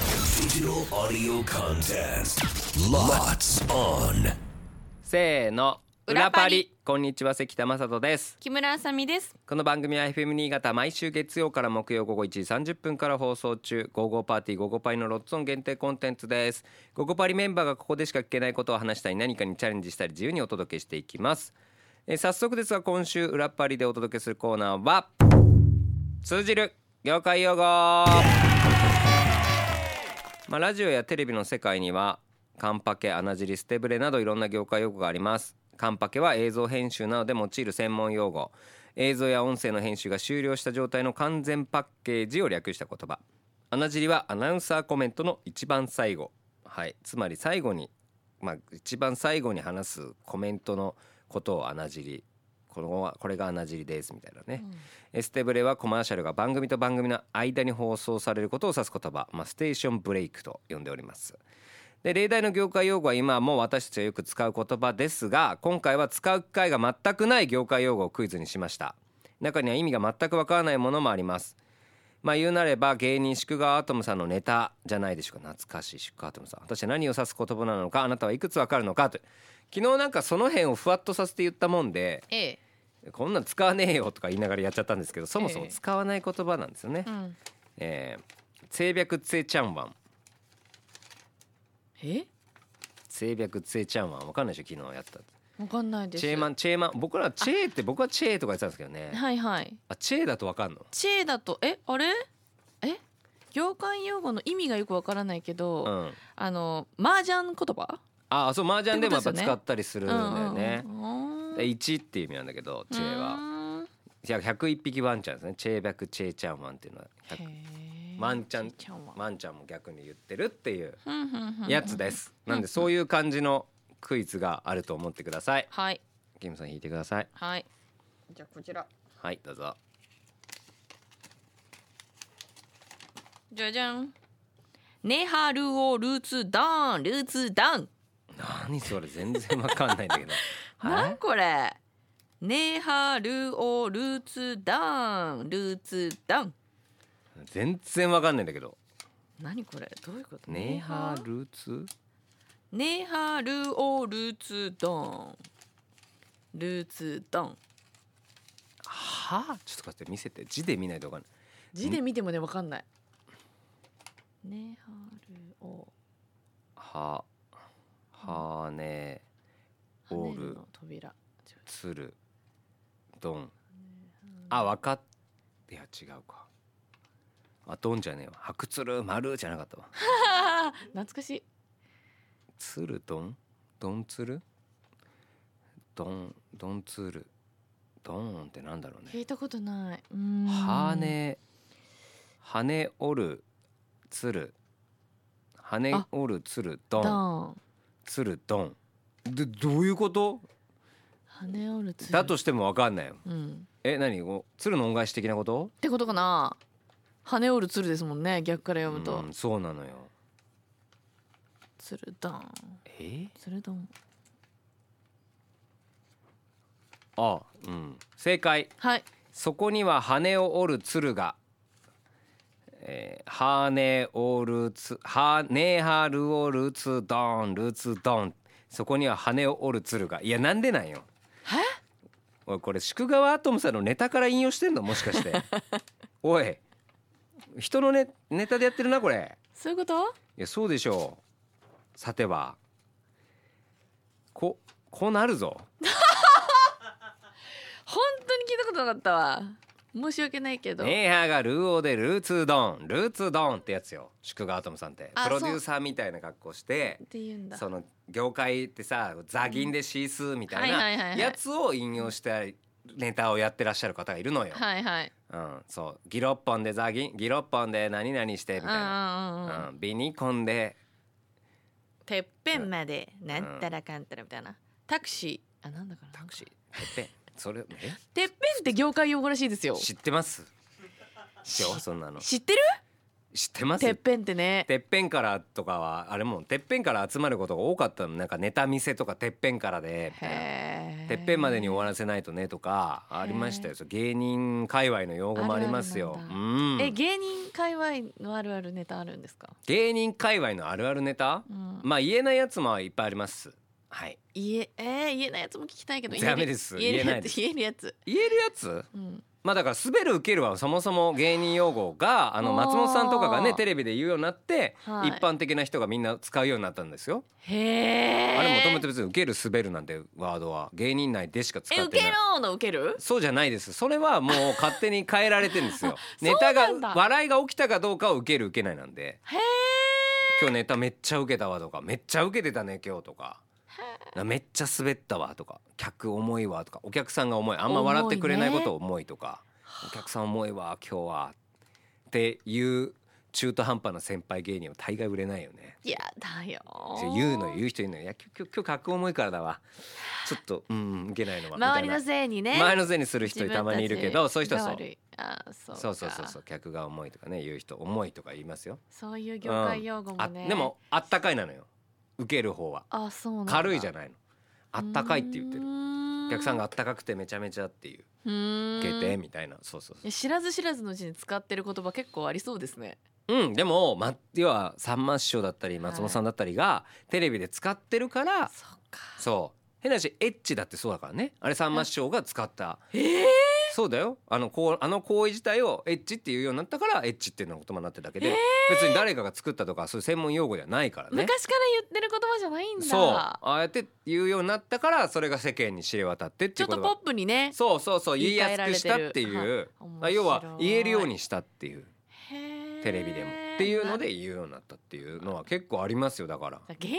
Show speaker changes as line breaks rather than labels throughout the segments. Digital audio contest. Lots on.
せーの
裏パリ
こんにちは関田正人です
木村あさみです
この番組は FM 新潟毎週月曜から木曜午後1時30分から放送中「午後パーティー午後パリ」のロッツオン限定コンテンツです午後パリメンバーがここでしか聞けないことを話したり何かにチャレンジしたり自由にお届けしていきますえー早速ですが今週裏パリでお届けするコーナーは通じる業界用語まあ、ラジオやテレビの世界にはカンパケ穴尻捨てブレなどいろんな業界用語がありますカンパケは映像編集などで用いる専門用語映像や音声の編集が終了した状態の完全パッケージを略した言葉穴尻はアナウンサーコメントの一番最後はいつまり最後にまあ一番最後に話すコメントのことを穴尻このはこれが穴尻ですみたいなね、エステブレはコマーシャルが番組と番組の間に放送されることを指す言葉、まあ、ステーションブレイクと呼んでおりますで例題の業界用語は今も私たちがよく使う言葉ですが今回は使う機会が全くない業界用語をクイズにしました中には意味が全くわからないものもありますまあ言うなれば芸人宿川アトムさんのネタじゃないでしょうか懐かしい宿川アトムさん私は何を指す言葉なのかあなたはいくつわかるのかと昨日なんかその辺をふわっとさせて言ったもんで
A
こんなん使わねえよとか言いながらやっちゃったんですけどそもそも
ええ
使わない言葉なんですよね、
うん
えー、性白つちゃんわん
え
性白つちゃんわんわかんないでしょ昨日やった
わかんないです
チェーマンチェーマン僕らチェーって僕はチェーとか言ってたんですけどね
はいはい
あチェーだとわかんの
チェだとえあれえ業界用語の意味がよくわからないけど、
うん
あの麻雀言葉
あそう麻雀でもやっぱ
ってことですよね
使ったりするんだよね
うんうんうん
で一っていう意味なんだけどチェーは
うーん
いや101匹ワンちゃんですねチェー白チェーちゃんわんっていうのは
へー
ワンちゃん
ちゃんは
ワンちゃんも逆に言ってるっていう
ふんふんふん
やつですなんでそういう感じのクイズがあると思ってください
はい
キムさん引いてください
はいじゃあこちら
はいどうぞ
じゃじゃんネハルをルーツダウンルーツダウン
何それ全然わかん ないんだけど
なんこれネハルオルーツダンルーツダン
全然わかんないんだけど
何これどういうこと
ネハルツ
ネハルオルーツダンルーツダン
はあちょっと待って見せて字で見ないとわかんない
字で見てもねわかんないネハルオ
ははねオー
跳ね
ル
るの扉
つるどんあわかっいや違うかあどんじゃねえわ白つる丸じゃなかったわ
あー懐かしい
つるどんどんつるどんどんつるどんってなんだろうね
聞いたことないうーん
羽羽折るつる羽折るつるど
ダ
ん
ン
つるどんでどういうこと
羽折るつ
だとしてもわかんないよ
うん
え何こう鶴の恩返し的なこと
ってことかな羽織る鶴ですもんね逆から読むと
うんそうなのよ
鶴だん
え
鶴だん
あうん正解
はい
そこには羽を折る鶴が、えー、羽折るつ羽はるをるつどんるつどんそこには羽を折る鶴がいやなんでなんよおいこれ宿川アトムさんのネタから引用してんのもしかしておい人のネネタでやってるなこれ
そういうこと
いやそうでしょうさてはここうなるぞ
本当に聞いたことなかったわ申し訳ないけど、
ネイハーがルーオーでルーツードンルーツードンってやつよ宿川アトムさんって
あ
プロデューサーみたいな格好して
って言うんだ
その業界ってさザギンでシースーみたい
うんはいはいはい
な
はい
やつを引用したネタをやってらっしゃる方がいるのよ。
はいはい
うん、そうギロッポンでザギンギロッポンで何々してみ
うん
たいな、
うんうん
うん、ビニコンで
てっぺんまでなんたらかんたらみたいなタクシーあなんだかな
タクシーてっぺんそれえ
てっぺんって業界用語らしいですよ
知ってますでしょそんなの
知ってる
知ってます
てっぺんってね
てっぺんからとかはあれもてっぺんから集まることが多かったのなんかネタ見せとかてっぺんからでみたいな
へー
てっぺんまでに終わらせないとねとかありましたよそう芸人界隈の用語もありますよ
あるある
う
なんだえ
ん
芸人界隈のあるあるネタあるんですか、
芸人界隈のあるあるネタ
うん、
まあ言えないやつもいっぱいありますはい
言ええー、言えないやつも聞きたいけど
ダメです
言える
言えな
や
いで
つ
す
言えるやつ、
言えるやつ
うん、
まあだから滑る受けるはそもそも芸人用語があの
あー
松本さんとかがねテレビで言うようになって
はい
一般的な人がみんな使うようになったんですよ
へえ
あれもともと別に受ける滑るなんてワードは芸人内でしか使っ
え
て
受け
ない
ろの受ける
そうじゃないですそれはもう勝手に変えられてるんですよ
そう
ネ
な
タ
んだ
が笑いが起きたかどうかを受ける受けないなんで
へえ
今日ネタめっちゃ受けたわとかめっちゃ受けてたね今日とかめっちゃ滑ったわとか客重いわとかお客さんが重いあんま笑ってくれないこと重いとか、お客さん重いわ今日はっていう中途半端な先輩芸人は大概売れないよね。
いやだよ
言うのよ言う人いるのよいや今日今日今日客重いからだわちょっとうん受けないのはみた
周
い
り
な
のせいにね
周り
の
のせいにする人たまにいるけどそういう人はそう
あーそうか
そうそうそうそう客が重いとかね言う人重いとか言いますよ。
そういう業界用語も
あ
ね、
でもあったかいなのよ受ける方は
あそうなんだ
軽いじゃ
ん
ないのあったかいって言ってるお
お
客さん
が
があったかくてめちゃめちゃっていう
受
受けてみたいなそうそう
知らず知らずのうちに使ってる言葉結構ありそうですね
そううんでも、ま、要はさんま師匠だったり松本さんだったりがテレビで使ってるから
そうか
そう変な話エッチだってそうだからねあれさんま師匠が使った
ええ
そうだよあのこうあの行為自体をエッチっていうようになったからエッチっていうのが言葉になってるだけで、
えー
別に誰かが作ったとかそういう専門用語ではないからね。
昔から言ってる言葉じゃないんだ
そうああやって言うようになったからそれが世間に知れ渡ってって
ち
い
ょ
うこ
っ
とと
ポッ
が
プにね
そうそうそう言
言
い
い
や
換え
す
ら
く
れ
してた
る
っていう
面
あ
白い
要は言えるようにしたっていう
へー
テレビでもっていうので言うようになったっていうのは結構ありますよだか
芸人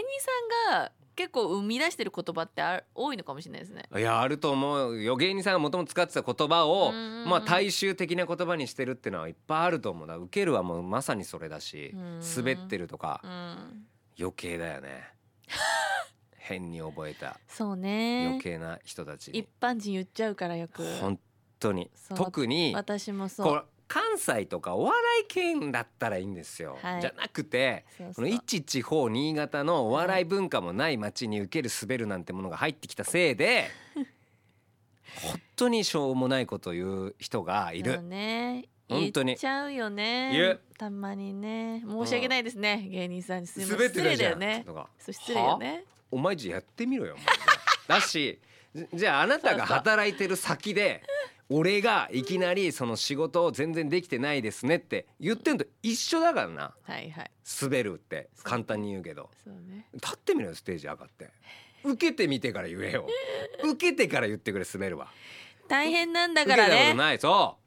さんが結構生み出してる言葉ってある多いのかもしれないですね
らいやあると思うよ芸人さんがもともと使ってた言葉を
うんうんうん
まあ大衆的な言葉にしてるっていうのはいっぱいあると思うな受けるはもうまさにそれだし
うん
滑ってるとか
うん
余計だよね 変に覚えた
そうね
余計な人たち
一
に
般人言っちゃうからよく
本当に
そう
特に
私もそう
こう関西とかお笑い県だったらいいんですよ、
はい
じゃなくて
そう
こ
そう
の一地方新潟のお笑い文化もない町に受ける滑るなんてものが入ってきたせい で本当にしょうもないことを言う人がい
そう
る。
ね
本当に
言っちゃうよね
言う
たまにね申し訳ないですね、芸人さんにすいません
滑って
失
た
礼
じ
だ
ゃ
よ
ん
ね
とか
そう失礼よね
お前じゃやってみろよお前だしじじゃああなたが働いてる先 で俺がいきなりその仕事を全然できてないですねって言ってんと一緒だからな
はいはい
滑るって簡単に言うけど
そうね
立ってみろよステージ上がって受けてみてから言えよ受けてから言ってくれ滑るわ
大変なんだ
受け
か
た
ら
こと
ね
ないそう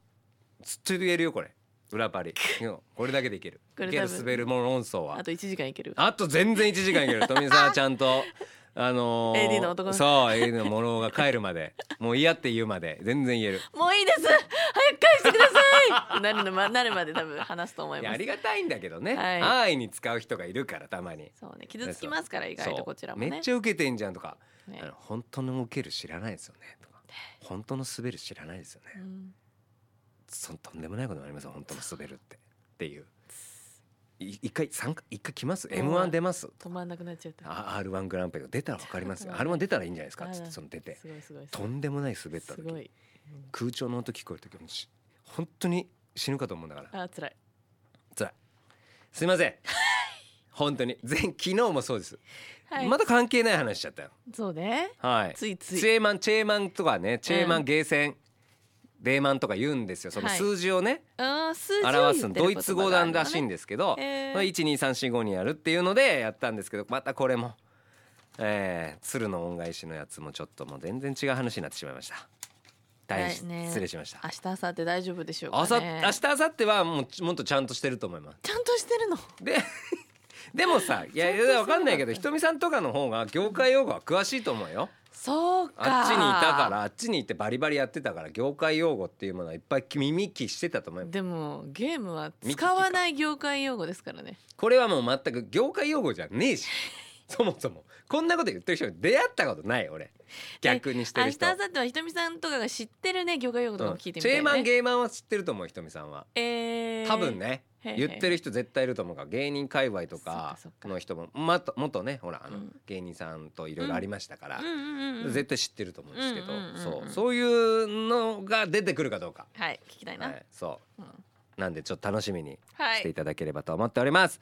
ずっと言えるよこれ裏パリうんこれだけでいける
これ
いける
多分
滑るも論争は
あと1時間いける
あと全然1時間いける富澤ちゃんと あのー
AD の男の
そう AD のモロが帰るまでもう嫌って言うまで全然言える
もういいです早く返してください なるのまなるまで多分話すと思い
いや
ま
あ
す
りがたいんだけどね、
はい
安易に使う人がいるからたまに
そうね傷つきますから意外
そ
と
う
こちらもね
めっちゃ受けてんじゃんとか
ね
あの本当の受ける知らないですよねとか本当の滑る知らないですよ
う
ね、
ん
そんとんでもないことになりますよ本当の滑るってっていうい一回参加一回来ます
うん
M1 出ます
止まんなくなっちゃった
R1 グランプリが出たらわかりますよ
ちょっと
R1 出たらいいんじゃないですか
あ
つっ
ら
てその出て
すごいすごいす
と
ごい
んでもない滑った
す
時
ごい
空調の音聞こえる時もし本当に死ぬかと思うんだから
あ辛い
辛いすいません本当に前昨日もそうです、
はい、
まだ関係ない話しちゃったよ
そうね
はい
ついつい
チェーマンチェーマンとかねチェーマンゲーセン、デーマンとか言うんですよその
はい
数字をね、
うん数字を
表す
言
の
ってる
ドイツ語なんらしいん
で
ですけど、
へー
まあ12345にやるっていうのでやったんですけどまたこれも、えー、鶴の恩返しのやつもちょっともう全然違う話になってしまいました大変
だいね
失礼しました
明日明後日大丈夫でしょうか
あさ
ね
明日明後日はもうちもっとちゃんとしてると思います
ちゃんとしてるの
ででもさいやい
ちゃんと
や
してなかった
わかんないけどひとみさんとかの方が業界用語は詳しいと思うよ
そうか
あっちにいたからあっちに行ってバリバリやってたから業界用語っていうものはいっぱい耳聞きしてたと思うよ
でもゲームは使わない業界用語ですからね
これはもう全く業界用語じゃねえし そもそもこんなこと言ってる人に出会ったことない俺逆にして
明
る
日
人
明後日はひとみさんとかが知ってるね業界用語とかも聞いてみた
チェー
い
マン
ね。
ゲーマンは知ってると思うひとみさんは
えー
多分。ね
へー
言ってる人絶対いると思うから芸人界隈とか
そっかそっか
の人もまた元ねほらあの
うん
芸人さんといろいろありましたから
うんうんうんうん。
絶対知ってると思うんですけど
うんうんうんうん
そうそういうのが出てくるかどうか
はい聞きたいな。
は
はい。
いそう
うん
なんでちょっと楽しみにしていただければと思っております。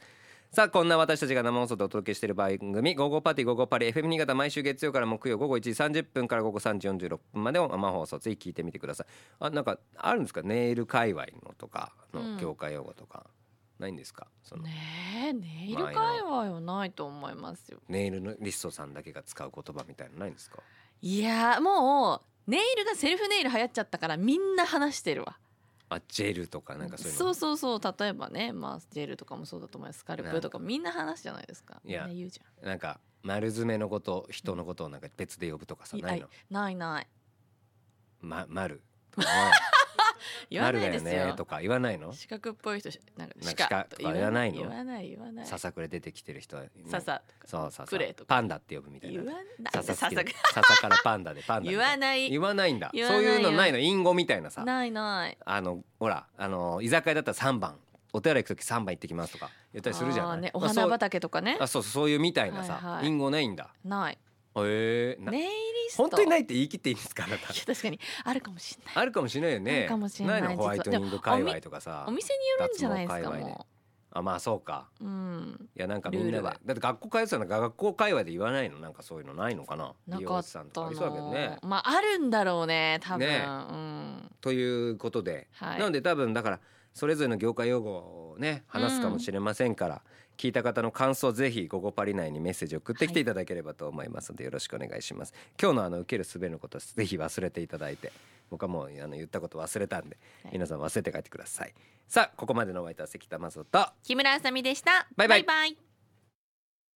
さあこんな私たちが生放送でお届けしている番組「午後パーティー午後パリ FM 新潟」毎週月曜から木曜午後1時30分から午後3時46分までを生放送ぜひ聞いてみてくださいあなんかあるんですかネイル界隈のとか
うん
の業界用語とか、ないんですかその
ねえネイル界隈はないと思いますよ。
ネイルのリストさんだけが使う言葉みたいなのないんですか
いやーもうネイルがセルフネイル流行っちゃったからみんな話してるわ。
あジェルとかなんかそういうの
そうそうそう例えばねまあジェルとかもそうだと思いますスカルプとかみんな話じゃないですか。
いや
みんな言うじゃん。
なんか丸詰めのこと人のことをなんか別で呼ぶとかさ
い
ないの
ないない
ま丸とか
言わないで
丸
す
だよ
よ
ねとか言わないの
四角っぽい人なんか
なん
四
か
角
鹿とか言わないの
言わない言わない
ささくれ出てきてる人はね
ささ
そうさ
クレとか
パンダって呼ぶみたい
言
な
わない
さ
さ
さ
さ
さ
さ
さからパンダでパンダみ
言
た
わ
いな
ない
言わないんだ
言わ
そ
な
う
いよ
いうのないの隠語みたいなさ
ないない
あのほらあの居酒屋だったら3番お手洗い行く時3番行ってきますとか言ったりするじゃ
あ
な
ー
い、
ね、お
まあそ
花
う
畑とかね
あそうそうそういうみたいなさ、
はいはい
隠語ないんだ
ない
へえーな
ネイリスト
本当にないいって言い切っていいんですかあな た
や確かにあるかもしれない
あるかもしれないよね
あるかもしれない
のホワイトニング界隈とかさ
お店によるんじゃないです
脱毛界
か
隈で
も
あまあそうか
ううん
いやなんかみんな
ル
で
ール
だ
は
って学校通ってたのが学校界隈で言わないのなんかそういうのないのかな
な
美
か
容
っ
師さん
た
とかありそうだけどね
の。まああるんだろうね多分、
ね
うん
ということで、
はい
なので多分だからそれぞれの業界用語をね話すかもしれませんから、聞いた方の感想をぜひ「ゴゴパリ」内にメッセージを送ってきていただければと思いますのでよろしくお願いします。今日のあの受けるすべのことはぜひ忘れていただいて僕はもうあの言ったこと忘れたんで、
はい
皆さん忘れて帰ってください。さあここまでのお相手は関田正人
木村あさみでした
バイバイ
バイバイ